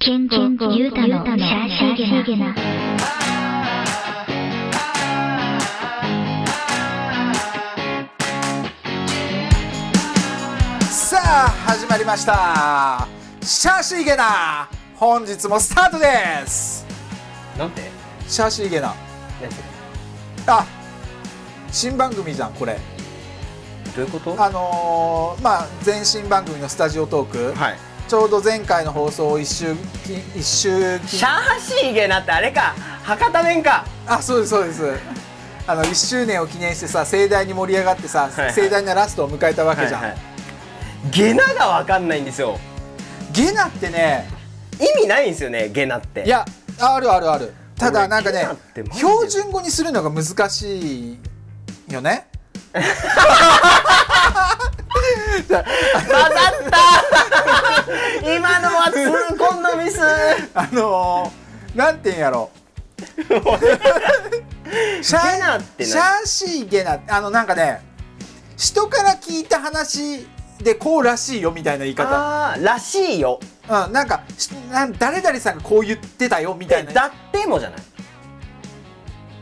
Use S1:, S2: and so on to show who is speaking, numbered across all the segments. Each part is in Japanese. S1: 慎吾、ゆうたの、しゃーしーげな。
S2: さあ始まりましたシャーシーゲナ本日もスタートです
S3: なんて
S2: シャーシーゲナ
S3: 何それ
S2: あ新番組じゃんこれ
S3: どういうこと
S2: あのーまあ前新番組のスタジオトーク、
S4: はい。
S2: ちょうど前回の放送を一周き一周き
S3: シャーシーゲなってあれか博多弁か
S2: あそうですそうですあの1周年を記念してさ盛大に盛り上がってさ、
S3: はいはい
S2: 盛大なラストを迎えたわけじゃん、
S3: ゲナがわかんないんですよ
S2: ゲナってね
S3: 意味ないんですよねゲナって
S2: いやあるあるあるただなんかね
S3: 俺ゲナってマジで
S2: 標準語にするのが難しいよね
S3: 混ざった 今のは痛恨のミス
S2: あのー、なんて言うんやろ シャ
S3: ゲナって何
S2: シャーシーゲナあのなんかね人から聞いた話でこうらしいよみたいな言い方、
S3: あーらしいよ
S2: うん、なんかしなん誰々さんがこう言ってたよみた
S3: で
S2: いな
S3: だってもじゃない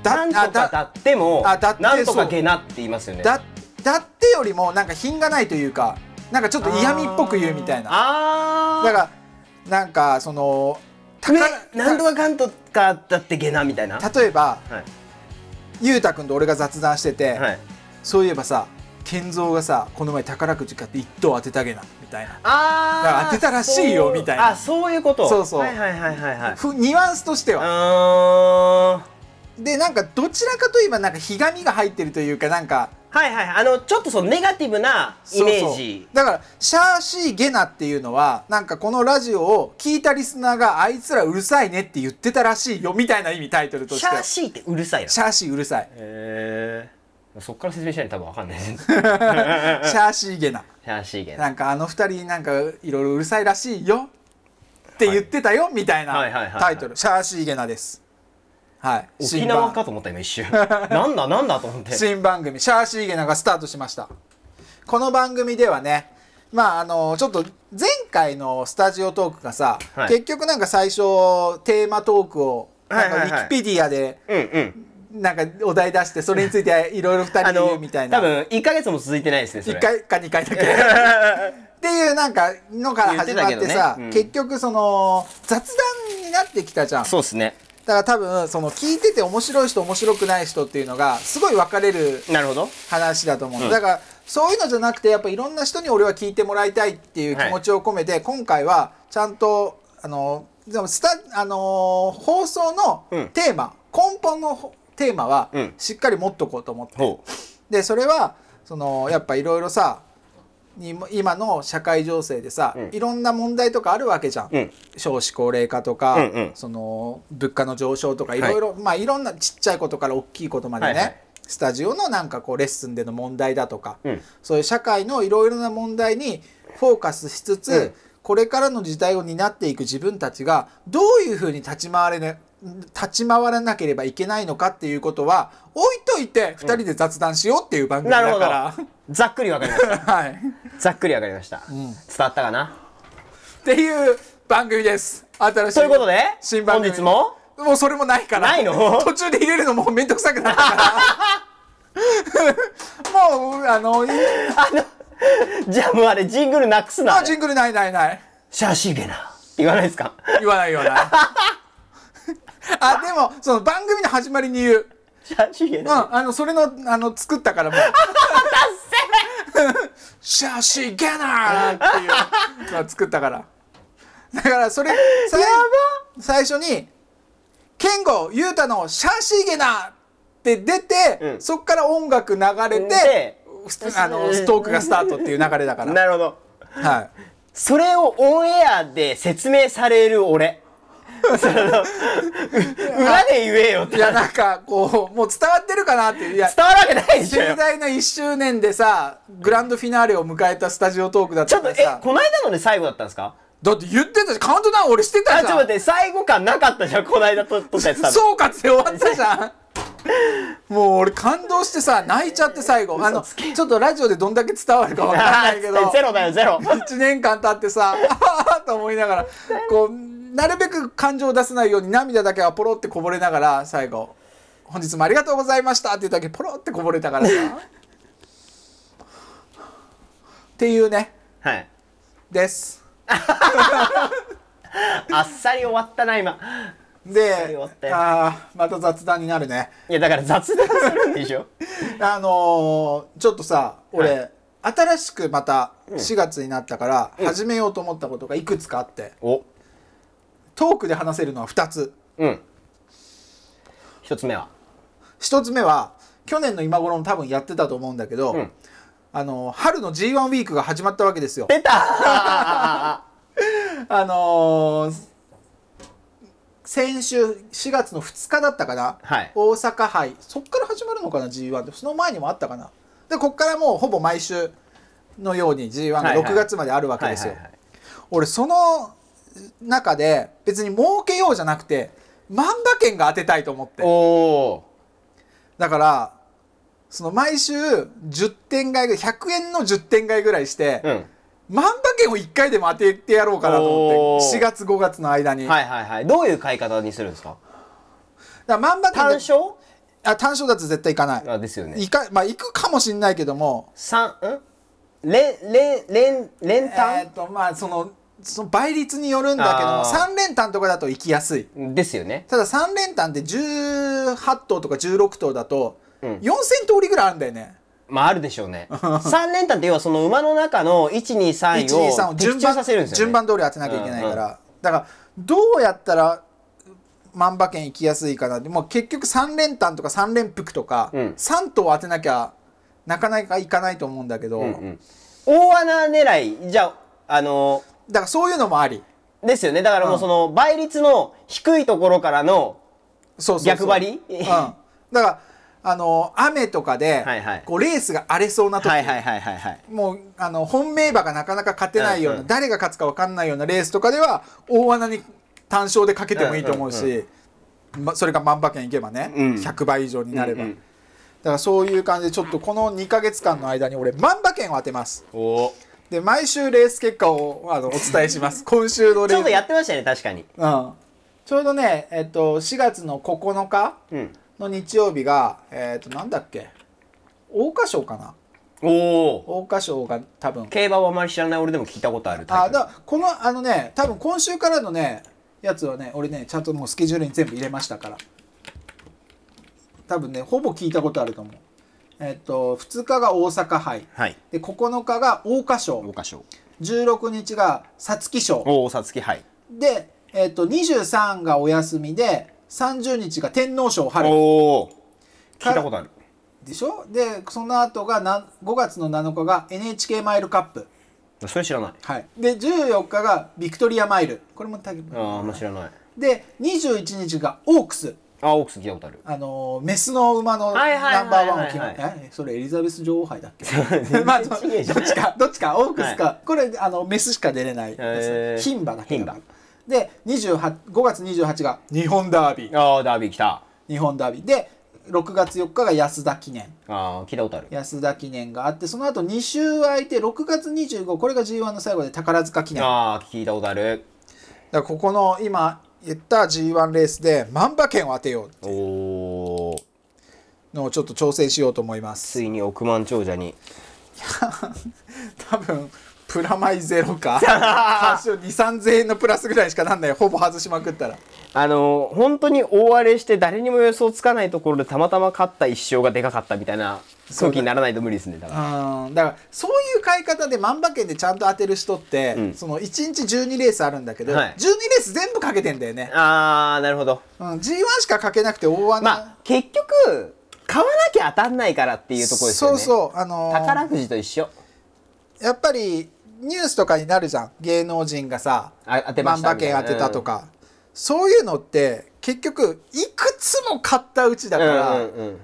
S2: だ
S3: なんと
S2: あ
S3: かだっても
S2: あだって
S3: なんと
S2: そ
S3: か
S2: う
S3: ゲナって言いますよね
S2: だだってよりもなんか品がないというかなんかちょっと嫌味っぽく言うみたいな
S3: あーあ
S2: だからなんかその
S3: ね
S2: 宝
S3: なんとかかんとかだってゲナみたいなは
S2: 例えば
S3: い
S2: 裕太君と俺が雑談してて、
S3: はい
S2: そういえばさ健三がさこの前宝くじ買って一等当てたげなみたいな
S3: あ
S2: だから当てたらしいよ
S3: そう
S2: みたいな
S3: あそういうこと
S2: そうそう
S3: はいはいはいはいはい
S2: ふニュアンスとしては
S3: あー
S2: でなんかどちらかといえばなんかひがみが入ってるというかなんか
S3: はいはいはいあのちょっとそのネガティブなイメージ
S2: そうそうだからシャーシーゲナっていうのはなんかこのラジオを聞いたリスナーがあいつらうるさいねって言ってたらしいよみたいな意味タイトルとし
S3: シ
S2: て
S3: ャーシーってうるさいな
S2: シャーシーうるさい
S3: へえそっから説明しないと多分わか んないシ
S2: シャーシーゲナ
S3: ャーシーゲ
S2: な
S3: ナ
S2: んかあの二人なんかいろいろうるさいらしいよって言ってたよみたいな
S3: はいはいはいはい
S2: タイトルシャーシーゲナですはい
S3: 沖縄
S2: 新
S3: か
S2: 番
S3: と思った今 一瞬なんだなんだと思って
S2: 新番組「シャーシーゲナ」がスタートしましたこの番組ではねまああのちょっと前回のスタジオトークがさ、
S3: はい
S2: 結局なんか最初テーマトークをなんかウ
S3: はいはいはい
S2: ィキペディアで
S3: うんうん
S2: なんかお題出してそれについていろいろ2人で言うみたいな
S3: 多分1か月も続いてないですねそれ
S2: 1回か2回だけっていうなんかのから始まっ
S3: 言って
S2: て
S3: たけど
S2: さ
S3: ねうん
S2: 結局その雑談になってきたじゃんだか
S3: そうですね
S2: ら多分その聞いてて面白い人面白くない人っていうのがすごい分かれる
S3: なるほど
S2: 話だと思う、
S3: うん
S2: だからそういうのじゃなくてやっぱいろんな人に俺は聞いてもらいたいっていう気持ちを込めて、今回はちゃんとあのでもスタあのー放送の
S3: うん
S2: テーマ、根本のほテーマは
S3: うん
S2: しっかり持っとこうと思って、
S3: ほ
S2: でそれはそのやっぱいろいろさ今今の社会情勢でさ、
S3: うん
S2: いろんな問題とかあるわけじゃん、
S3: うん
S2: 少子高齢化とか、
S3: うんうん
S2: その物価の上昇とかいろいろ、まあいろんなちっちゃいことから大きいことまでね、
S3: はいはい
S2: スタジオのなんかこうレッスンでの問題だとか、
S3: うん
S2: そういう社会のいろいろな問題にフォーカスしつつ、
S3: うん
S2: これからの時代を担っていく自分たちがどういうふうに立ち回れね立ち回らなければいけないのかっていうことは置いといて2人で雑談しようっていう番
S3: う
S2: 組だ
S3: な
S2: か
S3: るほど
S2: ら、
S3: ざっくりわかりました
S2: はい、っ
S3: ざっくりわかりました、伝わったかな
S2: ていう番組です新しい
S3: ということで
S2: 新番組
S3: 本日も
S2: もうそれもないから
S3: ないの
S2: 途中で入れるのもうめんどくさくなったから もうあのい
S3: あの、じゃあもうあれ、ジングルなくすな。
S2: あジングルないないない
S3: シャーシーゲナ。言わないですか
S2: 言わない言わないあでもその番組の始まりに言う
S3: シャーシーゲ
S2: うん
S3: ナ。
S2: あのそれのあの作ったからもうシャーシーギャナーっていうのを作ったからだからそれさい最初に「ケンゴユータのシャーシーゲナー」って出て、
S3: うん
S2: そっから音楽流れて
S3: で、
S2: あのストークがスタートっていう流れだから、
S3: なるほど。
S2: はい、
S3: それをオンエアで説明され る俺。そのう裏で言えよって。
S2: いや
S3: 伝わ
S2: なんかこうもう伝わってるかなっていういや
S3: るわけないでしょ
S2: 盛
S3: よ。
S2: 大な1周年でさグランドフィナーレを迎えたスタジオトークだっ
S3: ちょ
S2: た
S3: っと、
S2: か
S3: え
S2: らさ、
S3: この間のね、最後だったんですか
S2: だって言ってたしカウントダウン俺してた
S3: あ、
S2: じ
S3: ちょっと
S2: ゃん
S3: 待って、最後感なかったじゃん、この間と撮ったやつ多分。
S2: そうかって終わったじゃんもう俺感動してさ泣いちゃって最後あのちょっとラジオでどんだけ伝わるかわかんないけど
S3: ゼロだよゼロ
S2: 1年間経ってさ あーと思いながらこうなるべく感情を出さないように涙だけはポロってこぼれながら最後「本日もありがとうございました」って言っただけポロってこぼれたからさ っていうね
S3: はい
S2: です
S3: あっさり終わったな今り終
S2: で
S3: わったよ
S2: あーまた雑談になるね
S3: いやだから雑談するんでし ょ
S2: あのーちょっとさ俺、
S3: は
S2: 新しくまた4月になったから始めようと思ったことがいくつかあって
S3: お
S2: トークで話せるのは2つ
S3: うん一つ目は
S2: 1つ目は去年の今頃も多分やってたと思うんだけど、
S3: うん
S2: あのー春の G1 ウィークが始まったわけですよ。
S3: 出 た
S2: あのー先週4月の2日だったかな、
S3: はい
S2: 大阪杯そっから始まるのかな g 1ってその前にもあったかなでこっからもうほぼ毎週のように g 1が
S3: はいはい
S2: 6月まであるわけ
S3: はい
S2: です
S3: はい
S2: よ
S3: はい
S2: 俺その中で別に儲けようじゃなくて万馬券が当てたいと思って
S3: おお
S2: だからその毎週10点買いぐらい100円の10点買いぐらいして、
S3: うん
S2: 万馬券を1回でも当ててやろうかなと思っ
S3: おー
S2: て4月5月の間に、
S3: はいはいはいどういう買い方にするんですか
S2: だから万馬券
S3: 単
S2: で
S3: 勝
S2: あ単勝だと絶対行かない、
S3: あですよね
S2: いかまあ行くかもしれないけども
S3: 三ん連連連連
S2: え
S3: 単
S2: っ、とまあそのその倍率によるんだけども
S3: あー
S2: 3連単とかだと行きやすい
S3: ですよね
S2: ただ3連単で18頭とか16頭だと
S3: うん
S2: 4000通りぐらいあるんだよね、
S3: まああるでしょうね三連単って要はその馬の中の123
S2: 123
S3: を
S2: を
S3: 的
S2: 順
S3: 中
S2: 番
S3: させるんですよ、ね、
S2: 順番通り当てなきゃいけないから、だからどうやったら万馬券行きやすいかなってもう結局3連単とか3連服とか、
S3: うん
S2: 3頭当てなきゃなかなかいかないと思うんだけど、
S3: うんうん大穴狙いじゃああの
S2: だからそういうのもあり
S3: ですよねだからもううんその倍率の低いところからの
S2: そうそうそう
S3: 逆張り
S2: うん、だからあの雨とかで、
S3: はいはい
S2: こうレースが荒れそうな時、
S3: はいはいはいはいはい
S2: もうあの本命馬がなかなか勝てないような、
S3: うんうん
S2: 誰が勝つか分かんないようなレースとかでは大穴に単勝でかけてもいいと思うし、
S3: うんう
S2: ま、それが万馬券いけばね、
S3: うん
S2: 100倍以上になれば、
S3: うんうん
S2: だからそういう感じでちょっとこの2か月間の間に俺万馬券を当てます
S3: お
S2: で毎週レース結果をあのお伝えし ます今週のレース
S3: ちょっとやってましたね確かに
S2: うん、ちょうどね、えっと、4月の9日
S3: うん
S2: の日曜日が、えっとなんだっけ桜花賞かな
S3: おお
S2: 桜花賞が多分
S3: 競馬をあまり知らない俺でも聞いたことあるタ
S2: あ
S3: イプ
S2: だからこのあのね多分今週からのねやつはね俺ねちゃんともうスケジュールに全部入れましたから多分ねほぼ聞いたことあると思うえっと2日が大阪杯
S3: はい
S2: で9日が桜花賞
S3: 桜花賞
S2: 16日が皐月賞
S3: おおさつきはい
S2: で、えっと23がお休みで30日が天皇賞春
S3: おお聞いたことある
S2: でしょでその後がな5月の7日が NHK マイルカップ、
S3: それ知らない
S2: はい、で14日がビクトリアマイルこれも竹
S3: あああんま知らない
S2: で21日がオークス
S3: あオークス聞いたことあ る
S2: あのーメスの馬の
S3: はいはいはいはい
S2: ナンバーワンを決
S3: は
S2: め
S3: い
S2: えそれエリザベス女王杯だっけ
S3: 然
S2: まあどどっ
S3: 違えじゃん
S2: ちかどっちかオークスか、これあのメスしか出れない
S3: へ
S2: で
S3: ー
S2: す牝馬だけだ
S3: 牝
S2: で28 5月28日が日本ダービー
S3: ああダービー来た
S2: 日本ダービーで6月4日が安田記念
S3: ああ聞いたことある
S2: 安田記念があってその後2週空いて6月25これが g 1の最後で宝塚記念だか
S3: ああ聞いたことある
S2: らここの今言った g 1レースで万馬券を当てよ
S3: おお
S2: うのをちょっと挑戦しようと思います
S3: ついに億万長者に
S2: 多分プラマイゼロか単勝23000円のプラスぐらいしかなんないほぼ外しまくったら
S3: あの本当に大荒れして誰にも予想つかないところでたまたま勝った一勝がでかかったみたいな空気にならないと無理ですねだから
S2: うんだからそういう買い方で万馬券でちゃんと当てる人って、
S3: うん
S2: その1日12レースあるんだけど、
S3: はい
S2: 12レース全部かけてんだよね、
S3: ああなるほど
S2: うん、G1 しかかけなくて大穴、
S3: まあ結局買わなきゃ当たんないからっていうところですよね
S2: そう
S3: う
S2: そうあのー
S3: 宝くじと一緒
S2: やっぱりニュースとかになるじゃん芸能人がさ
S3: あ当てま
S2: 万
S3: した
S2: 馬
S3: みたい
S2: 券
S3: な
S2: 当てたとか、そういうのって結局いくつも買ったうちだ
S3: うん
S2: から、
S3: うんうん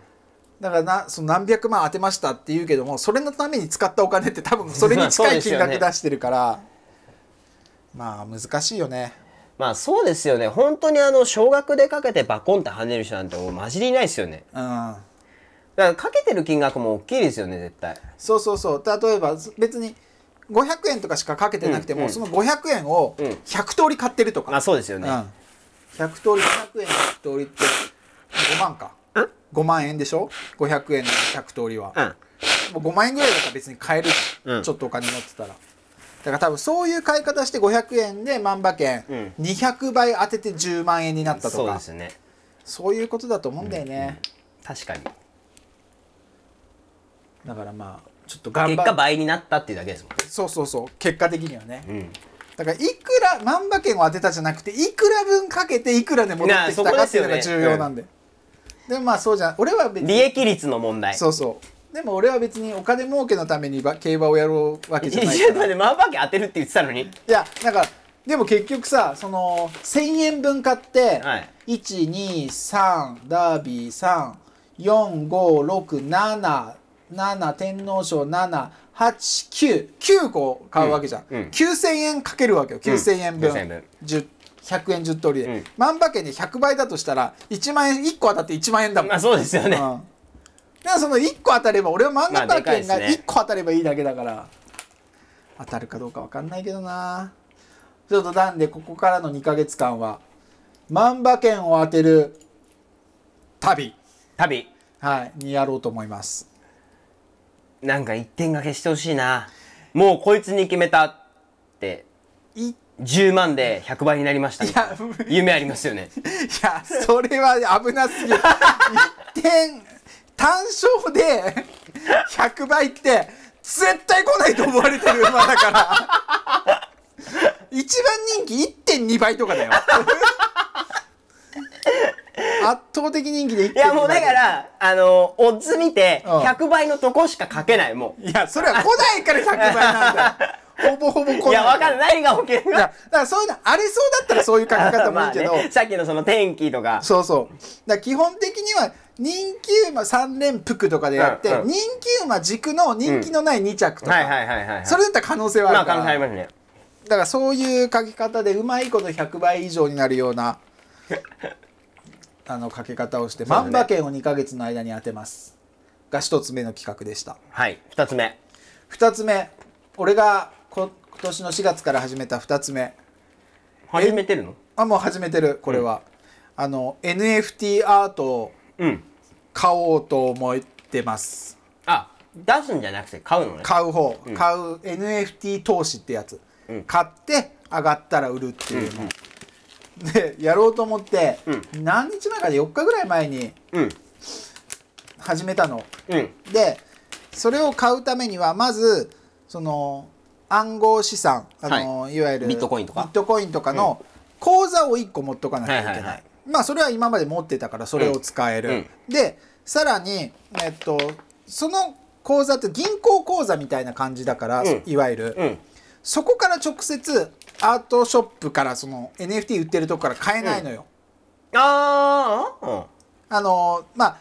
S2: だからなその何百万当てましたって言うけどもそれのために使ったお金って多分それに
S3: そう
S2: 近い
S3: です
S2: 金
S3: よね
S2: 額出してるから、まあ難しいよね
S3: まあそうですよね本当にあの少額でかけてバコンって跳ねる人なんてもう混じりいないですよね
S2: うん
S3: だからかけてる金額も大きいですよね絶対
S2: そうそうそう例えば別に500円とかしかかけてなくても、
S3: うんうん
S2: その500円を
S3: うん
S2: 100通り買ってるとか、
S3: あそうですよね、
S2: うん、100通り500円100通りって5万か5万円でしょ500円の100通りは、
S3: うん
S2: もう5万円ぐらいだったら別に買えるじゃん、
S3: うん
S2: ちょっとお金持ってたらだから多分そういう買い方して500円で万馬券、
S3: うん
S2: 200倍当てて10万円になったと
S3: そう
S2: か
S3: で
S2: そ
S3: す
S2: う
S3: ね
S2: いうことだと思うんだよね、
S3: 確かに
S2: だからまあちょっと頑張
S3: 結果倍になったっていうだけですもん
S2: そうそうそう結果的にはね、
S3: ん
S2: だからいくら万馬券を当てたじゃなくていくら分かけていくらで戻ってきた
S3: なあそこ
S2: か
S3: で
S2: って
S3: す
S2: いうの
S3: よ
S2: が
S3: ね
S2: 重要なんで、でもまあそうじゃん俺は別
S3: 利
S2: に
S3: 益率の問題
S2: そうそうでも俺は別にお金儲けのためにば競馬をやろうわけ
S3: 一
S2: じゃない
S3: 瞬
S2: から
S3: ま
S2: い
S3: で万馬券当てるって言ってたのに
S2: やなんかでも結局さその1,000円分買って、
S3: はい
S2: 123ダービー3456777天皇賞789個買うわけじゃん、
S3: うんうん
S2: 9000円かけるわけよ9000円分,、
S3: 9000円分
S2: 10 100円10通りで、
S3: うん
S2: 万馬券で100倍だとしたら1万円1個当たって1万円だもん、
S3: まあそうですよね、
S2: うんだからその1個当たれば俺は万馬
S3: まあでかい
S2: 券
S3: です
S2: が
S3: ね
S2: 1個当たればいいだけだから、当たるかどうか分かんないけどなちょっとなんでここからの2ヶ月間は万馬券を当てる旅、
S3: 旅
S2: はい、にやろうと思います
S3: なんか一点掛けしてほしいなもうこいつに決めたって
S2: いい
S3: 10万で100倍になりましたみたいな
S2: や無理い
S3: 夢ありますよね
S2: やそれは危なすぎる一点単勝で100倍って絶対来ないと思われてる馬だから一番人気1.2倍とかだよ圧倒的人気で1.2
S3: い
S2: 倍
S3: やもうだからあのオッズ見て
S2: うん
S3: 100倍のとこしか書けないもう
S2: いや、それは来ないから100倍なんだよ。ほぼほぼ来ない。
S3: いやわかんない何が起きる
S2: いやだからそういうの、荒れそうだったらそういう書き方もい
S3: ま
S2: い
S3: あ
S2: けど、
S3: ね、さっきのその天気とか
S2: そうそう。だから基本的には、人気馬3連複とかでやって、
S3: うんうん
S2: 人気馬軸の人気のない2着とか、
S3: はいはいはいはい
S2: それだったら可能性はあ
S3: まあ
S2: るか
S3: 可
S2: ら、
S3: 能性ありますね
S2: だからそういう書き方で、うまいこと100倍以上になるよう な、あの、書き方をして、
S3: うだね
S2: 万馬券を2ヶ月の間に当てます。が一つ目の企画でした。
S3: はい2つ目
S2: 2つ目俺がこ今年の4月から始めた2つ目
S3: 始めてるの
S2: あもう始めてるこれは、あの NFT アートを
S3: うん
S2: 買おうと思ってます
S3: あ出すんじゃなくて買うのね
S2: 買う方、買う NFT 投資ってやつ、
S3: うん
S2: 買って上がったら売るっていうの、でやろうと思って、何日前かで4日ぐらい前に
S3: うん
S2: 始めたの
S3: うん
S2: でそれを買うためにはまずその暗号資産あの、い、わゆる
S3: ビットコインとか
S2: ビットコインとかの口座を1個持っとかなきゃいけない,、
S3: はいはいはい
S2: まあそれは今まで持ってたからそれを使える、
S3: うんうん
S2: でさらにえっとその口座って銀行口座みたいな感じだから、
S3: うん
S2: いわゆる、
S3: うん
S2: そこから直接アートショップからその NFT 売ってるとこから買えないのよ、
S3: あーあ
S2: あのまあ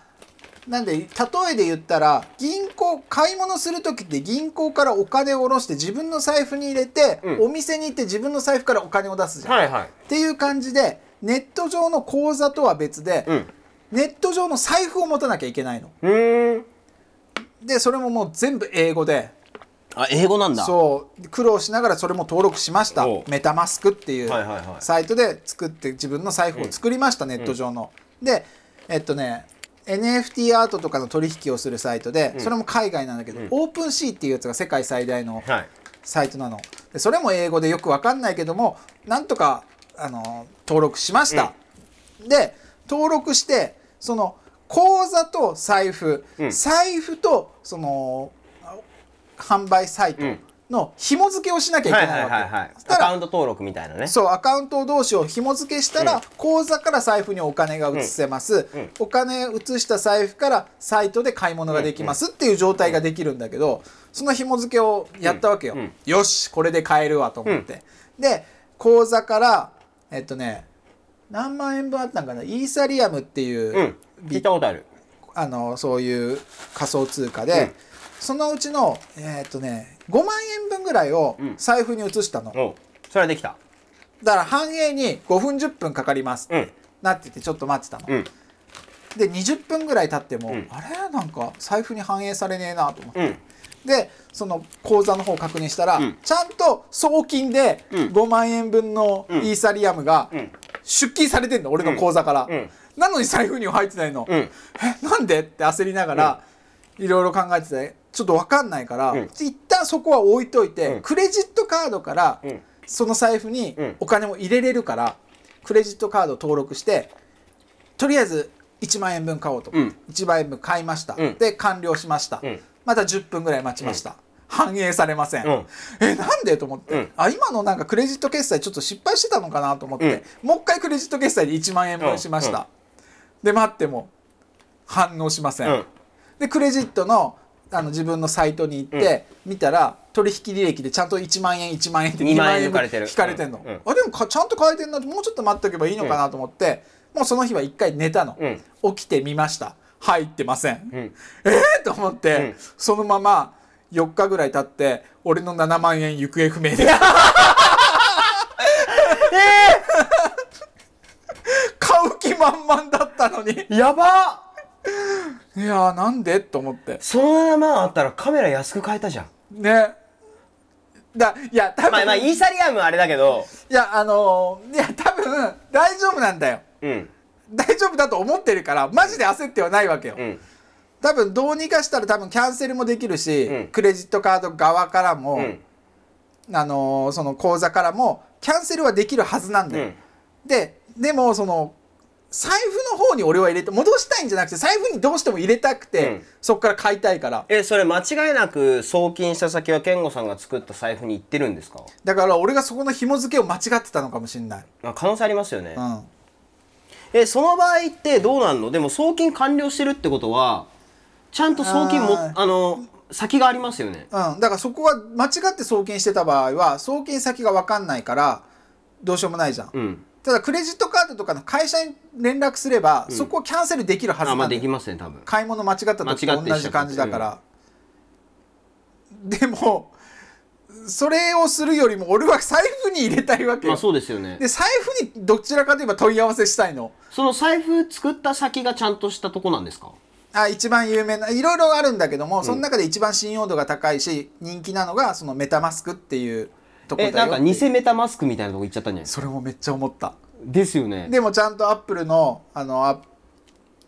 S2: なんで例えで言ったら銀行買い物する時って銀行からお金を下ろして自分の財布に入れて、
S3: うん
S2: お店に行って自分の財布からお金を出すじゃん。っ
S3: はいはい
S2: ていう感じでネット上の口座とは別で、
S3: うん
S2: ネット上の財布を持たなきゃいけないの。
S3: うーん
S2: でそれももう全部英語で
S3: あ英語なんだ
S2: そう苦労しながらそれも登録しました
S3: おう
S2: メタマスクっていう
S3: はいはいはい
S2: サイトで作って自分の財布を作りました、ネット上の、でえっとね NFT アートとかの取引をするサイトで、それも海外なんだけど、オープンシーっていうやつが世界最大の
S3: はい
S2: サイトなのでそれも英語でよくわかんないけどもなんとかあの登録しました、で登録してその口座と財布、
S3: うん
S2: 財布とそのあ販売サイト
S3: うん
S2: の紐付けをしなきゃい
S3: は
S2: け
S3: い
S2: な
S3: はいいはい
S2: わ
S3: はい
S2: けそし
S3: ア
S2: た
S3: カウ
S2: ら
S3: ント登録みたいなね
S2: そうアカウント同士を紐付けしたら、
S3: うん
S2: 口座から財布にお金が移せます、
S3: うんうん
S2: お金移した財布からサイトで買い物ができますっていう状態ができるんだけどその紐付けをやったわけよ、
S3: うんうん
S2: よしこれで買えるわと思って、で口座からえっとね何万円分あったんかなイーサリアムっていう、
S3: うん聞いたことある
S2: あのそういう仮想通貨で、
S3: うん
S2: そのうちのえっとね5万円分ぐらいを財布に移したの、
S3: おうそれはできた
S2: だから繁栄に5分10分かかります、
S3: うん
S2: なっててちょっと待ってたの、
S3: うん
S2: で20分ぐらい経っても、
S3: ん
S2: あれなんか財布に反映されねえなと思って、
S3: うん
S2: でその口座の方を確認したら、
S3: うん
S2: ちゃんと送金で
S3: うん
S2: 5万円分のイ
S3: ん
S2: ーサリアムが
S3: うん
S2: 出金されてんの俺の口座から、
S3: うんうん
S2: なのに財布には入ってないの、
S3: うん
S2: えなんでって焦りながら、いろいろ考えててちょっと分かんないから、
S3: うん
S2: 一旦そこは置いといて、
S3: ん
S2: クレジットカードから、
S3: うん
S2: その財布に
S3: うん
S2: お金も入れれるから、クレジットカード登録してとりあえず1万円分買おうと、
S3: うん
S2: 1万円分買いました、
S3: うん
S2: で完了しました、
S3: うん
S2: また10分ぐらい待ちました、反映されません、
S3: うん
S2: えなんでと思って、
S3: うん
S2: あ今のなんかクレジット決済ちょっと失敗してたのかなと思って、もう一回クレジット決済で1万円分しました、
S3: うん
S2: で待っても反応しません、
S3: うん
S2: でクレジットのあの自分のサイトに行って、見たら取引履歴でちゃんと1万円1万円って
S3: 2
S2: 2
S3: 万
S2: 万
S3: 円
S2: 円
S3: 抜かれてる
S2: 引かれてんの、
S3: うんうん
S2: あでもかちゃんと変えてんなもうちょっと待っとけばいいのかなと思って、もうその日は一回寝たの、起きてみました入ってません、
S3: うんうん
S2: えーと思って、
S3: うん
S2: そのまま4日ぐらい経って俺の7万円行方不明で 買う気満々だったのに
S3: やばっ
S2: いやーなんでと思って
S3: その7万あったらカメラ安く買えたじゃん
S2: ねだいや多分、
S3: まあまあイ
S2: い
S3: ーサリアムはあれだけど
S2: やあのーいや多分大丈夫なんだよ
S3: うん
S2: 大丈夫だと思ってるからマジで焦ってはないわけよ、
S3: うん
S2: 多分どうにかしたら多分キャンセルもできるし、
S3: うん
S2: クレジットカード側からも、
S3: うん
S2: あのーその口座からもキャンセルはできるはずなんだ
S3: う
S2: よ、
S3: ん
S2: ででもその財布の方に俺は入れて戻したいんじゃなくて財布にどうしても入れたくて、
S3: うん
S2: そこから買いたいから
S3: えそれ間違いなく送金した先は健吾さんが作った財布に行ってるんですか
S2: だから俺がそこの紐付けを間違ってたのかもしれない、
S3: まあ可能性ありますよね、
S2: うん、
S3: えその場合ってどうなんのでも送金完了してるってことはちゃんと送金も
S2: あ
S3: あの先がありますよね
S2: うん、だからそこは間違って送金してた場合は送金先が分かんないからどうしようもないじゃん、
S3: うん
S2: ただクレジットカードとかの会社に連絡すれば、そこをキャンセルできるはず
S3: あ
S2: なんだ
S3: ま
S2: よ
S3: あできますね多分
S2: 買い物間違った時
S3: 間違
S2: と
S3: って
S2: 同じ感じだから、でもそれをするよりも俺は財布に入れたいわけよ、
S3: まあそうですよね
S2: で財布にどちらかといえば問い合わせしたいの
S3: その財布作った先がちゃんとしたとこなんですか
S2: あ一番有名ないろいろあるんだけども、その中で一番信用度が高いし人気なのがそのメタマスクっていうとこだよ
S3: えなんか
S2: っていう
S3: 偽メタマスクみたいなとこ行っちゃったんじゃないですか
S2: それもめっちゃ思った
S3: ですよね
S2: でもちゃんとアップルのあのあ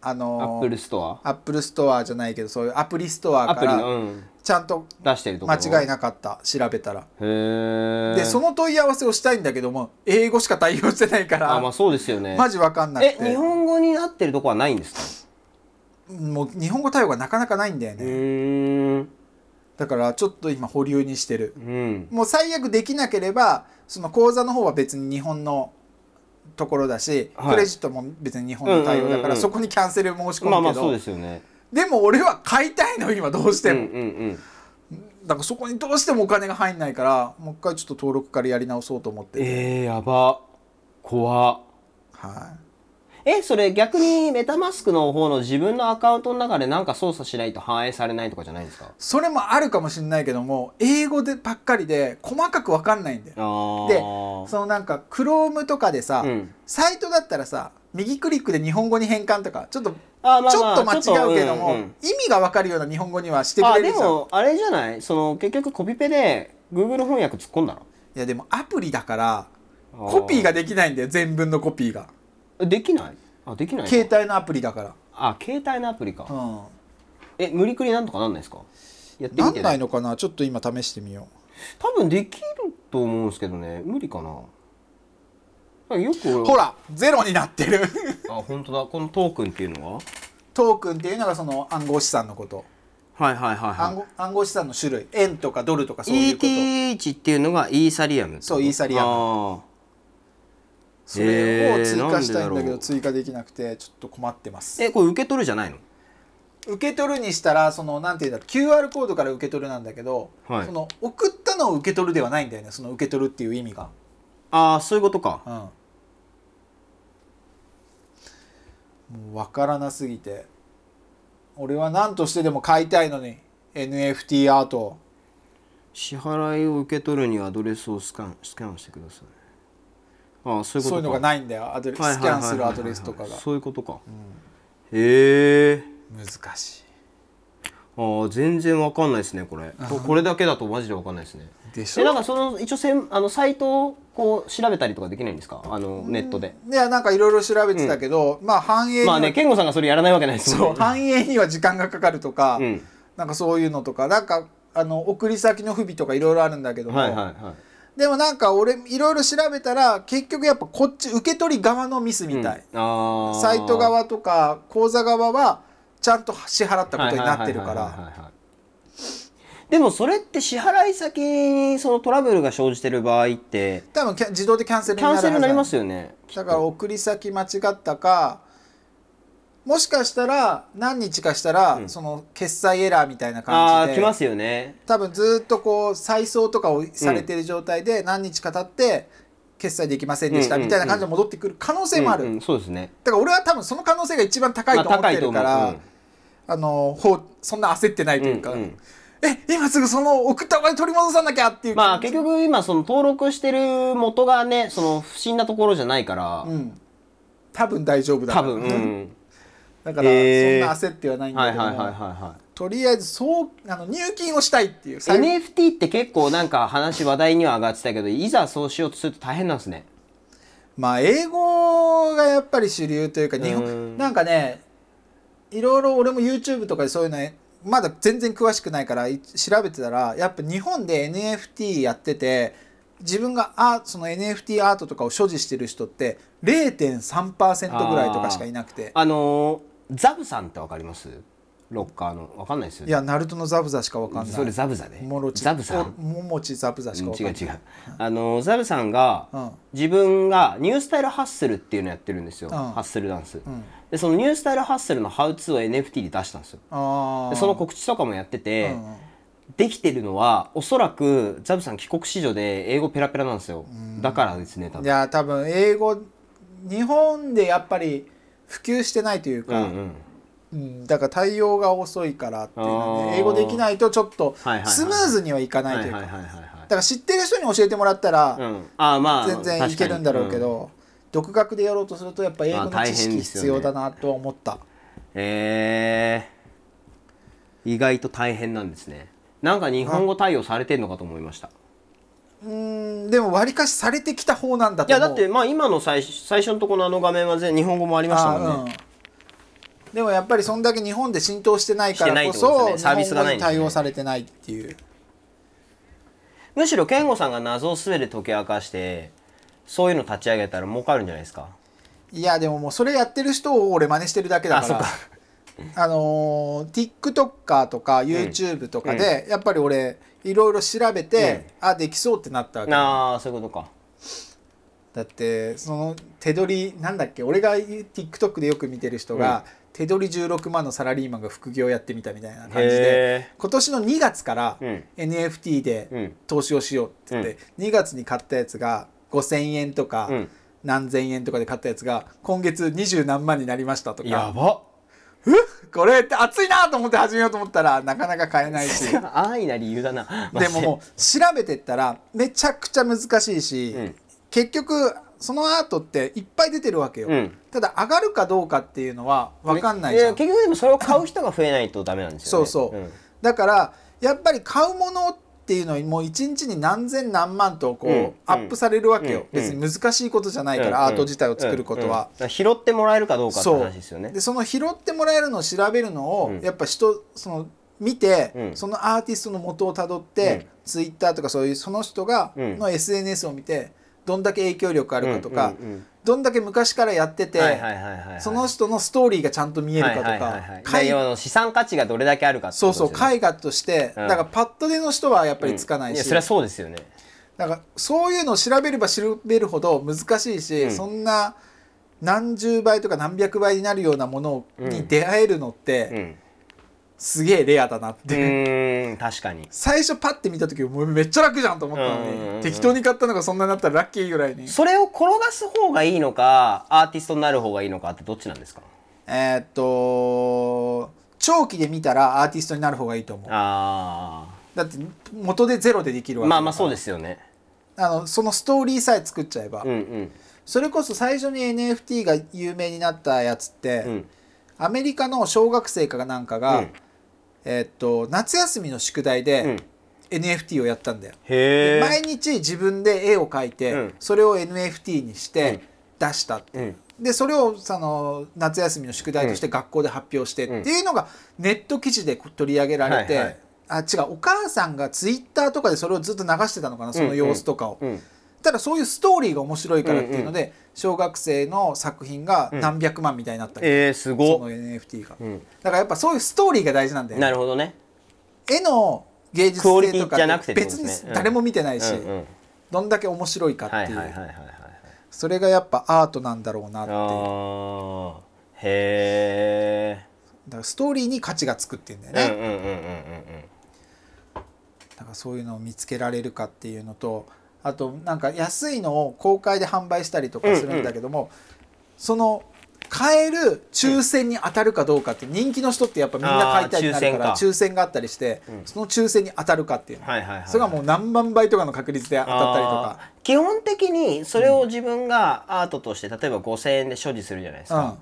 S2: あの
S3: アップルスト
S2: アップルストアじゃないけどそういうアプリスト
S3: ア
S2: ア
S3: ア
S2: か
S3: プリ
S2: ら
S3: の、うん、
S2: ちゃんと
S3: 出してるところ
S2: 間違い
S3: な
S2: なかった調べたら
S3: へえ
S2: でその問い合わせをしたいんだけども英語しか対応してないから
S3: あまあそうですよね
S2: マジわかんなく
S3: え
S2: て
S3: 日本語になってるとこはないんですか
S2: もう日本語対応がなかなかないんだよ
S3: う
S2: ね、
S3: ーん
S2: だからちょっと今保留にしてる
S3: うん
S2: もう最悪できなければその口座の方は別に日本のところだし、
S3: はい
S2: クレジットも別に日本の対応だ
S3: うんう
S2: か
S3: んうんう
S2: ら
S3: ん
S2: そこにキャンセル申し込むけど、
S3: まあまあそうですよね
S2: でも俺は買いたいの今どうして
S3: うん
S2: も、
S3: うん
S2: だからそこにどうしてもお金が入んないからもう一回ちょっと登録からやり直そうと思って
S3: うん
S2: て、
S3: えー、やば怖っ
S2: はい
S3: えそれ逆にメタマスクの方の自分のアカウントの中で何か操作しないと反映されないとかじゃないんですか
S2: それもあるかもしれないけども英語でばっかりで細かく分かんないんだよ
S3: あ
S2: で
S3: あ
S2: そのなんか Chrome とかでさ、
S3: うん
S2: サイトだったらさ右クリックで日本語に変換とかちょっと、
S3: あーまあまあ
S2: ちょっと間違うけども、
S3: ちょっとうんうん
S2: 意味が分かるような日本語にはしてく
S3: あ
S2: れ
S3: で
S2: るじゃん
S3: もあれじゃないその結局コピペで Google 翻訳突っ込んだ
S2: いやでもアプリだから
S3: ー
S2: コピーができないんだよ全文のコピーが
S3: のできないあできないか
S2: 携帯のアプリだか、
S3: あ携帯のアプリから
S2: うん、
S3: え無理くりなんとかなんないですかやって
S2: な
S3: み
S2: ん
S3: て
S2: ないのかなちょっと今試してみよ
S3: 多分できると思うんですけどね無理かなあよく
S2: う
S3: 俺
S2: ほらゼロになってる
S3: あ本当だこのトークンっていうのは
S2: トークンっていうのがその暗号資産のこと
S3: はいはいはい
S2: 暗号暗号資産の種類円とかドルとかそういうこと、
S3: ETH っていうのがイーサリアムってこと
S2: そうイーサリアム
S3: あー
S2: それを追加したいん
S3: えーな
S2: だ
S3: ん
S2: け
S3: でだろ
S2: ど
S3: う
S2: 追加できなくてちょっと困ってます
S3: えこれ受け取るじゃないの
S2: 受け取るにしたらそのなんていうんだろう QR コードから受け取るなんだけど、
S3: はい
S2: その送ったのを受け取るではないんだよねその受け取るっていう意味が、
S3: ああそういうことか
S2: うん、もう分からなすぎて俺は何としてでも買いたいのに NFT アートを
S3: 支払いを受け取るにはアドレスをスキャンスキャンしてくださいああそういうことか
S2: そういうのがないんだよアドレススキャンするアドレスとかが
S3: そういうことか、へえ
S2: 難しい
S3: あー全然わかんないですねこれここれだけだとマジでわかんないですね
S2: でし
S3: えなん
S2: ょ
S3: かその一応せんあのサイトをこう調べたりとかできないんですかあのネットで
S2: いやなんかいろいろ調べてたけど、まあ繁栄に
S3: ま
S2: は、
S3: あね健吾さんがそれやらないわけないです
S2: そ
S3: も
S2: うん
S3: ね
S2: 繁栄には時間がかかるとか、
S3: うん
S2: なんかそういうのとかなんかあの送り先の不備とかいろいろあるんだけども、
S3: はいはいはい
S2: でもなんか俺いろいろ調べたら結局やっぱこっち受け取り側のミスみたい、
S3: あー
S2: サイト側とか口座側はちゃんと支払ったことになってるか
S3: はいはいはい
S2: ら
S3: はいはいでもそれって支払い先にそのトラブルが生じてる場合って
S2: 多分キャ自動でキャンセル
S3: キ
S2: になる
S3: ャン
S2: はず
S3: セルになり
S2: だ
S3: ますよね
S2: だから送り先間違ったかもしかしたら何日かしたら、その決済エラーみたいな
S3: ああ
S2: 感じ
S3: ー
S2: で
S3: 来ますよね
S2: 多分ずっとこう再送とかをされてる状態で何日か経って決済できませんでした
S3: うんうん
S2: みたいな感じで戻ってくる可能性もある、
S3: うんうんそうですね
S2: だから俺は多分その可能性が一番高いと思ってるから、
S3: まあ
S2: あ
S3: 高いと思う
S2: のほうそんな焦ってないというか、
S3: うんうん
S2: え今すぐその送ったお金取り戻さなきゃっていう
S3: まあ結局今その登録してる元がねその不審なところじゃないから、
S2: うん、多分大丈夫だ
S3: 多分、うん
S2: だからそん
S3: へー
S2: な焦ってはないんだ
S3: はい
S2: け
S3: はい
S2: ども、
S3: はいはいは
S2: とりあえずそうあの入金をしたいっていう
S3: い NFT って結構なんか話話題には上がってたけどいざそうしようとすると大変なんですね
S2: まあ英語がやっぱり主流というか日
S3: う
S2: 本
S3: ん
S2: なんかねいろいろ俺も YouTube とかでそういうのまだ全然詳しくないからい調べてたらやっぱ日本で NFT やってて自分があその NFT アートとかを所持してる人って0.3%ぐらいとかしかいなくて
S3: あのーザブさんってわかりますロッカーのわかんないですよ
S2: いやナルトのザブザしかわかんない
S3: それザブザね
S2: モロチ
S3: ザブさん
S2: おモモチザブザしかわかん
S3: 違う
S2: な
S3: 違
S2: いう
S3: あのザルさんが、
S2: うん
S3: 自分がニュースタイルハッスルっていうのやってるんですよ、
S2: ん
S3: ハッスルダンス、でそのニュースタイルハッスルのハウツーを NFT で出したんですよ
S2: あ
S3: で
S2: ー
S3: その告知とかもやってて、
S2: うんうん
S3: できてるのはおそらくザブさん帰国子女で英語ペラペラなんですよ、だからですね多
S2: い
S3: 分
S2: や多分英語日本でやっぱり普及してないという
S3: う
S2: か、
S3: んうん
S2: うんだから対応が遅いからっていうのは
S3: あ
S2: ね
S3: ー
S2: 英語できないとちょっと
S3: はいはいはい
S2: スムーズにはいか
S3: は
S2: ないい
S3: は
S2: とい
S3: いう
S2: か、
S3: はいはいはい
S2: だから知ってる人に教えてもらったら、
S3: うん、あーまあ
S2: 全然いけるんだろうけ、
S3: 確かにん
S2: ど、独学でやろうとするとやっぱ英語の
S3: まあ大
S2: 知
S3: 変
S2: 識
S3: ですよ
S2: 必
S3: ね
S2: 要だなとは思った、
S3: えー、意外と大変なんですねなんか日本語対応されてんのかと思いました
S2: うんでもわりかしされてきた方なんだ
S3: い
S2: と
S3: や
S2: 思う
S3: だってまあ今の最初最初のところのあの画面は全日本語もありましたもんね
S2: あーうん、でもやっぱりそんだけ日本で浸透してないからこ
S3: してないってこと
S2: そ
S3: ですねサービスがない
S2: 日
S3: んです
S2: 本
S3: ね
S2: 語に対応されてないっていう
S3: むしろ健吾さんが謎を全て解き明かしてそういうの立ち上げたら儲かるんじゃないですか
S2: いやでももうそれやってる人を俺真似してるだけだから
S3: あ
S2: あのー、TikToker とか YouTube とかで、やっぱり俺いろいろ調べて、あできそうってなったわけだ
S3: なあそういうことか
S2: ってその手取りなんだっけ俺が TikTok でよく見てる人が、手取り16万のサラリーマンが副業やってみたみたいな感じで
S3: へ
S2: 今年の2月から
S3: うん
S2: NFT
S3: う
S2: で
S3: ん
S2: 投資をしようって言って、2月に買ったやつが5,000円とか、
S3: うん
S2: 何千円とかで買ったやつが今月二十何万になりましたとか
S3: ば
S2: これって熱いなと思って始めようと思ったらなかなか買えないし
S3: 安易な理由だ な
S2: でももう調べてったらめちゃくちゃ難しいし、
S3: ん
S2: 結局そのアートっていっぱい出てるわけよ、
S3: うん
S2: ただ上がるかどうかっていうのは分かんないじ
S3: や
S2: ゃん、
S3: 結局でもそれを買う人が増えないとダメなんです
S2: そ
S3: よ
S2: う
S3: ね
S2: そう、
S3: ん
S2: だからやっぱり買うものっていうのにもう一日に何千何万とこう、
S3: うん
S2: アップされるわけ
S3: うん
S2: よ、別に難しいことじゃないから、アート自体を作ることは、
S3: うんうん拾ってもらえるかどうかって
S2: そう
S3: 話ですよね
S2: でその拾ってもらえるのを調べるのを、
S3: うん
S2: やっぱ人その見て、
S3: うん
S2: そのアーティストの元をたどって、
S3: うん
S2: ツイッターとかそういうその人が、
S3: うん
S2: の SNS を見てどんだけ影響力あるかとか、
S3: うんうんうん
S2: どんだけ昔からやってて、
S3: はいはいはいはいはい
S2: その人のストーリーがちゃんと見えるかとか、
S3: はいはいはいはい
S2: 絵
S3: 内容の資産価値がどれだけあるかってこ
S2: そ
S3: と
S2: う
S3: です
S2: そ
S3: よ
S2: う
S3: ね
S2: 絵画として、
S3: うん
S2: だからパッと出の人はやっぱりつかない
S3: い
S2: し、
S3: やそりゃそうですよね
S2: だからそういうのを調べれば調べるほど難しいし、
S3: うん
S2: そんな何十倍とか何百倍になるようなものに出会えるのって、
S3: うん
S2: すげえレアだなっ
S3: う
S2: て、
S3: ーん確かに
S2: 最初パッて見た時もうめっちゃ楽じゃんと思った
S3: うんうん
S2: の
S3: うん
S2: に適当に買ったのがそんなになったらラッキーぐらいに
S3: それを転がす方がいいのかアーティストになる方がいいのかってどっちなんですか
S2: えーっと長期で見たらアーティストになる方がいいと思う
S3: あ
S2: だって元でゼロでできる
S3: あ
S2: わけだか
S3: ま
S2: ら
S3: あまあそうですよね
S2: あのそのストーリーさえ作っちゃえば、
S3: うんうん
S2: それこそ最初に NFT が有名になったやつって、
S3: うん
S2: アメリカの小学生かなんかが、
S3: うん
S2: えっと夏休みの宿題で、
S3: うん
S2: NFT をやったんだよ。
S3: へ
S2: 毎日自分で絵を描いて、
S3: うん
S2: それを NFT にして出したって、
S3: うん
S2: でそれをその夏休みの宿題として学校で発表してっていうのがネット記事で取り上げられて、
S3: はいはい
S2: あ違うお母さんがツイッターとかでそれをずっと流してたのかなその様子とかを。
S3: うん
S2: ただそういうストーリーが面白いからっていうので、小学生の作品が何百万みたいになったり、
S3: えー、す
S2: そ
S3: ご
S2: の
S3: っ
S2: NFT が、
S3: ん
S2: だからやっぱそういうストーリーが大事なんだよね
S3: なるほどね
S2: 絵の芸術
S3: クオリテ
S2: 性と
S3: ィじゃ
S2: か
S3: な
S2: っ
S3: く
S2: て
S3: てってこと
S2: 別
S3: ですね
S2: に誰も見てないし、
S3: うんうん
S2: どんだけ面白いかって
S3: はい
S2: い
S3: は
S2: う、
S3: いはいはいはい
S2: それがやっぱアートなんだろうなっていうだか
S3: あーへえ
S2: らストーリーに価値がつくっていうんだよ
S3: うん
S2: ね、
S3: うんうんうんうんうん
S2: だからそういうのを見つけられるかっていうのとあとなんか安いのを公開で販売したりとかするんだけども、その買える抽選に当たるかどうかって人気の人ってやっぱみんな買いたいになるから
S3: あー抽選
S2: 抽選があったりして、その抽選に当たるかっていうの、
S3: はいはいはいはい
S2: それがもう何万倍とかの確率で当たったりとか
S3: あー基本的にそれを自分がアートとして例えば5,000円で所持するじゃないですか、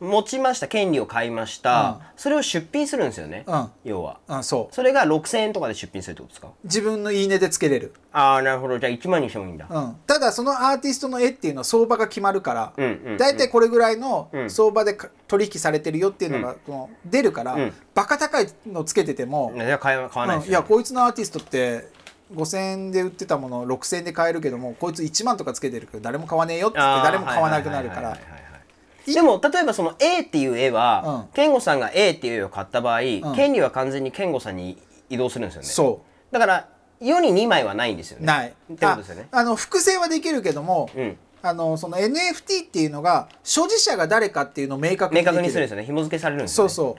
S3: 持ちました権利を買いました、それを出品するんですよね、
S2: うん
S3: 要は
S2: うん、そう
S3: それが6,000円とかで出品するってことですか
S2: 自分の「いいね」でつけれる、
S3: ああなるほどじゃあ1万にしてもいいんだ、
S2: うん、ただそのアーティストの絵っていうのは相場が決まるから、
S3: うんうんうん
S2: 大体これぐらいの
S3: うん
S2: 相場でか取引されてるよっていうのがこの出るから、
S3: うん
S2: バカ高いのつけてても、
S3: じゃあ買わ買わな
S2: う
S3: いで
S2: んい
S3: すよ
S2: や
S3: ね、
S2: こいつのアーティストって5,000円で売ってたものを6,000円で買えるけどもこいつ1万とかつけてるけど誰も買わねえよって言って
S3: あー
S2: 誰も買わなくなるか
S3: は
S2: ら
S3: いはいはいはいはい
S2: い
S3: でも例えばその A っていう絵は、
S2: うん
S3: 健吾さんが A っていう絵を買った場合、
S2: ん
S3: 権利は完全に健吾さんに移動するんですよね
S2: そ
S3: だから世に2枚はないんですよ
S2: う
S3: ね
S2: ない
S3: ってことですよね
S2: ああの複製はできるけども、
S3: うん
S2: あのその NFT っていうのが所持者が誰かっていうのを明確に
S3: 明
S2: でき
S3: 確にするんですよね紐付けされるんです
S2: そ
S3: よ、
S2: う
S3: ね、う
S2: そ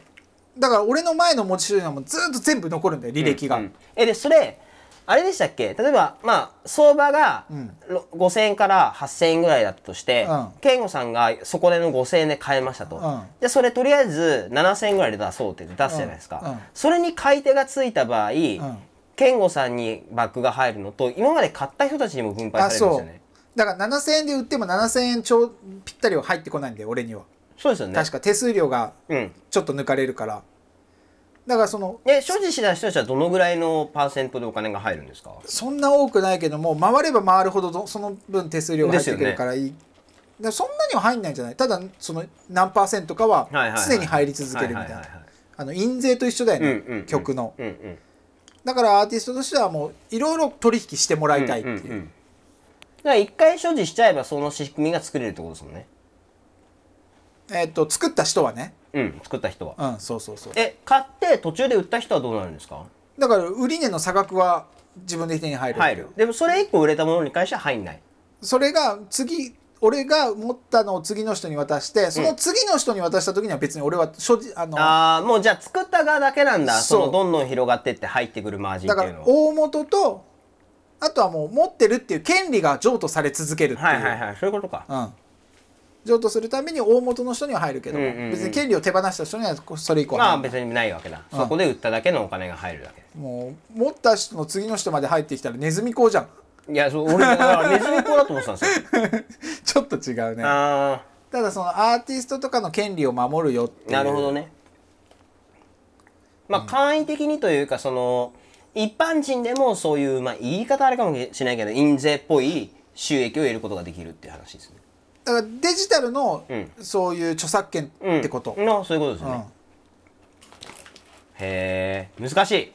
S2: うだから俺の前の持ち主はもうずっと全部残るんだよ履歴が、
S3: んえでそれあれでしたっけ例えばまあ相場が
S2: ん
S3: ろ5,000円から8,000円ぐらいだったとして、
S2: うん
S3: 健吾さんがそこでの5,000円で買えましたと、
S2: ん
S3: じゃあそれとりあえず7,000円ぐらいで出そうって出すじゃないですか、
S2: うんうん
S3: それに買い手がついた場合、健吾さんにバックが入るのと今まで買った人たちにも分配さ
S2: あ
S3: れるんです
S2: そ
S3: よ
S2: う
S3: ね
S2: だから7000円で売っても7000円ちょうぴったりは入ってこないんだよ俺には、
S3: そうですよね
S2: 確か手数料が
S3: うん
S2: ちょっと抜かれるからだからその
S3: で所持した人たちはどのぐらいのパーセントでお金が入るんですか
S2: そんな多くないけども回れば回るほどどその分手数料が入ってくるからいい、だからそんなには入んないんじゃないただその何パーセントかは
S3: はいはいはい
S2: 常に入り続けるみたい
S3: は
S2: ない
S3: はいはい
S2: あの印税と一緒だよね、
S3: うんうんうん
S2: 曲の
S3: うんうん
S2: だからアーティストとしてはもういろいろ取引してもらいたいっていう,、
S3: んんんだから一回所持しちゃえばその仕組みが作れるってことですもんね
S2: えっと作った人はね
S3: うん作った人は
S2: うんそうそうそう
S3: え買って途中で売った人はどうなるんですか
S2: だから売り値の差額は自分で手に入る
S3: 入るでもそれ一個売れたものに関しては入んない
S2: それが次俺が持ったのを次の人に渡してその次の人に渡した時には別に俺は所持あの
S3: ああもうじゃあ作った側だけなんだ
S2: そう
S3: そのどんどん広がってって入ってくるマージン
S2: だ
S3: って
S2: か
S3: いう
S2: ら
S3: のは
S2: 大元とあとはもう持ってるっていう権利が譲渡され続けるっていう、
S3: はいはいはいそういうことか
S2: うん、譲渡するために大元の人には入るけども、
S3: うんうんうん
S2: 別に権利を手放した人にはそれ以降は
S3: ま
S2: 入
S3: あ
S2: んない
S3: 別にないわけだそこで売っただけのお金が入るだけ
S2: もう持った人の次の人まで入ってきたらネズミ講じゃん
S3: いやそう俺だからネズミ講だと思ってたん ですよ
S2: ちょっと違うね
S3: あ
S2: ただそのアーティストとかの権利を守るよってい
S3: あ
S2: う
S3: なるほどねまあ簡易的にというかその一般人でもそういうまあ言い方あれかもしれないけど印税っぽい収益を得ることができるっていう話ですね
S2: だからデジタルの
S3: ん
S2: そういう著作権
S3: うん
S2: ってこと、
S3: のそういうことですよねへえ難しい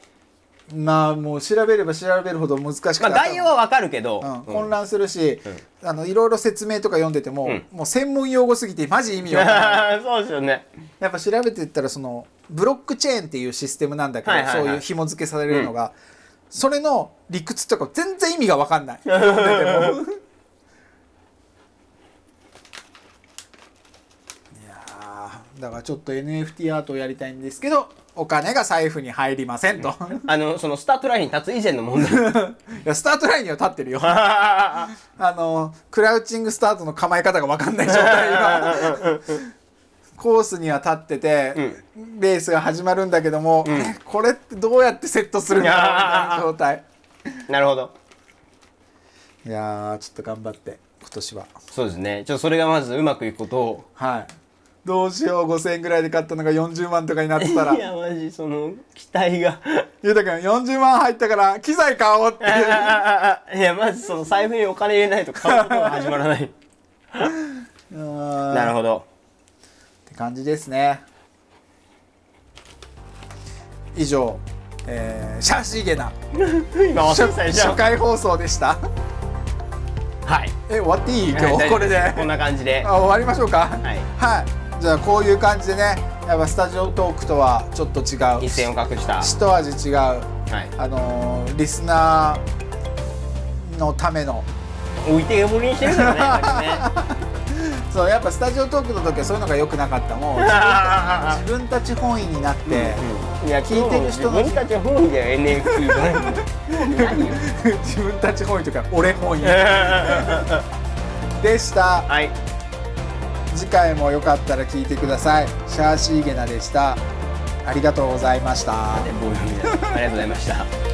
S2: まあもう調べれば調べるほど難しくて、
S3: まあ概要はわかるけど
S2: 頭うん、
S3: うん
S2: 混乱するし、あのいろいろ説明とか読んでても、もう専門用語すぎてマジ意味わかんない
S3: そうですよね
S2: やっぱ調べてったらそのブロックチェーンっていうシステムなんだけど、
S3: はいはいはい
S2: そういう紐付けされるのが、それの理屈とか全然意味がわかんない 読んでてもいやーだからちょっと NFT アートをやりたいんですけどお金が財布に入りませんと
S3: あのそのスタートラインに立つ以前の問題
S2: いやスタートラインには立ってるよ
S3: あ
S2: あのクラウチングスタートの構え方が分かんない状態が コースには立ってて、レースが始まるんだけども、あれこれってどうやってセットするんだろうみたいな状態
S3: ーなるほど
S2: いやーちょっと頑張って今年は
S3: そうですねちょっとそれがまずうまくいくこ とを
S2: はいどうしよう5000円ぐらいで買ったのが40万とかになってたら
S3: いやマジその期待が
S2: ゆうたくん40万入ったから機材買おう って
S3: あああ あいやまずその財布にお金入れないと買うことが始ま らない
S2: な
S3: なるほど
S2: って感じですね以上、えー、シャシゲナ
S3: 今忘れ
S2: 初
S3: てたじゃん
S2: 初回放送でした
S3: はい
S2: え終わっていい今
S3: はい大丈
S2: 日
S3: 夫
S2: これです
S3: こんな感じ で
S2: あ終わりましょうか
S3: はい
S2: はいじゃあこういう感じでねやっぱスタジオトークとはちょっと違う
S3: 一線を隠したは
S2: 一味違う
S3: い
S2: あのーリスナーのための
S3: 置いてけぼりにしてるからねやっぱりね
S2: そうやっぱスタジオトークの時はそういうのが良くなかった もう自分たち本位にな って、
S3: いや聞
S2: 聞
S3: い
S2: い
S3: て
S2: て
S3: る
S2: る
S3: 人
S2: 人
S3: の
S2: の
S3: 自分たち本位だよ NFT 何よ
S2: 自分たち本位というか俺本位でした
S3: はい
S2: 次回もよかったら聞いてくださいシャーシーゲナでしたありがとうございました
S3: 棒読みだありがとうございました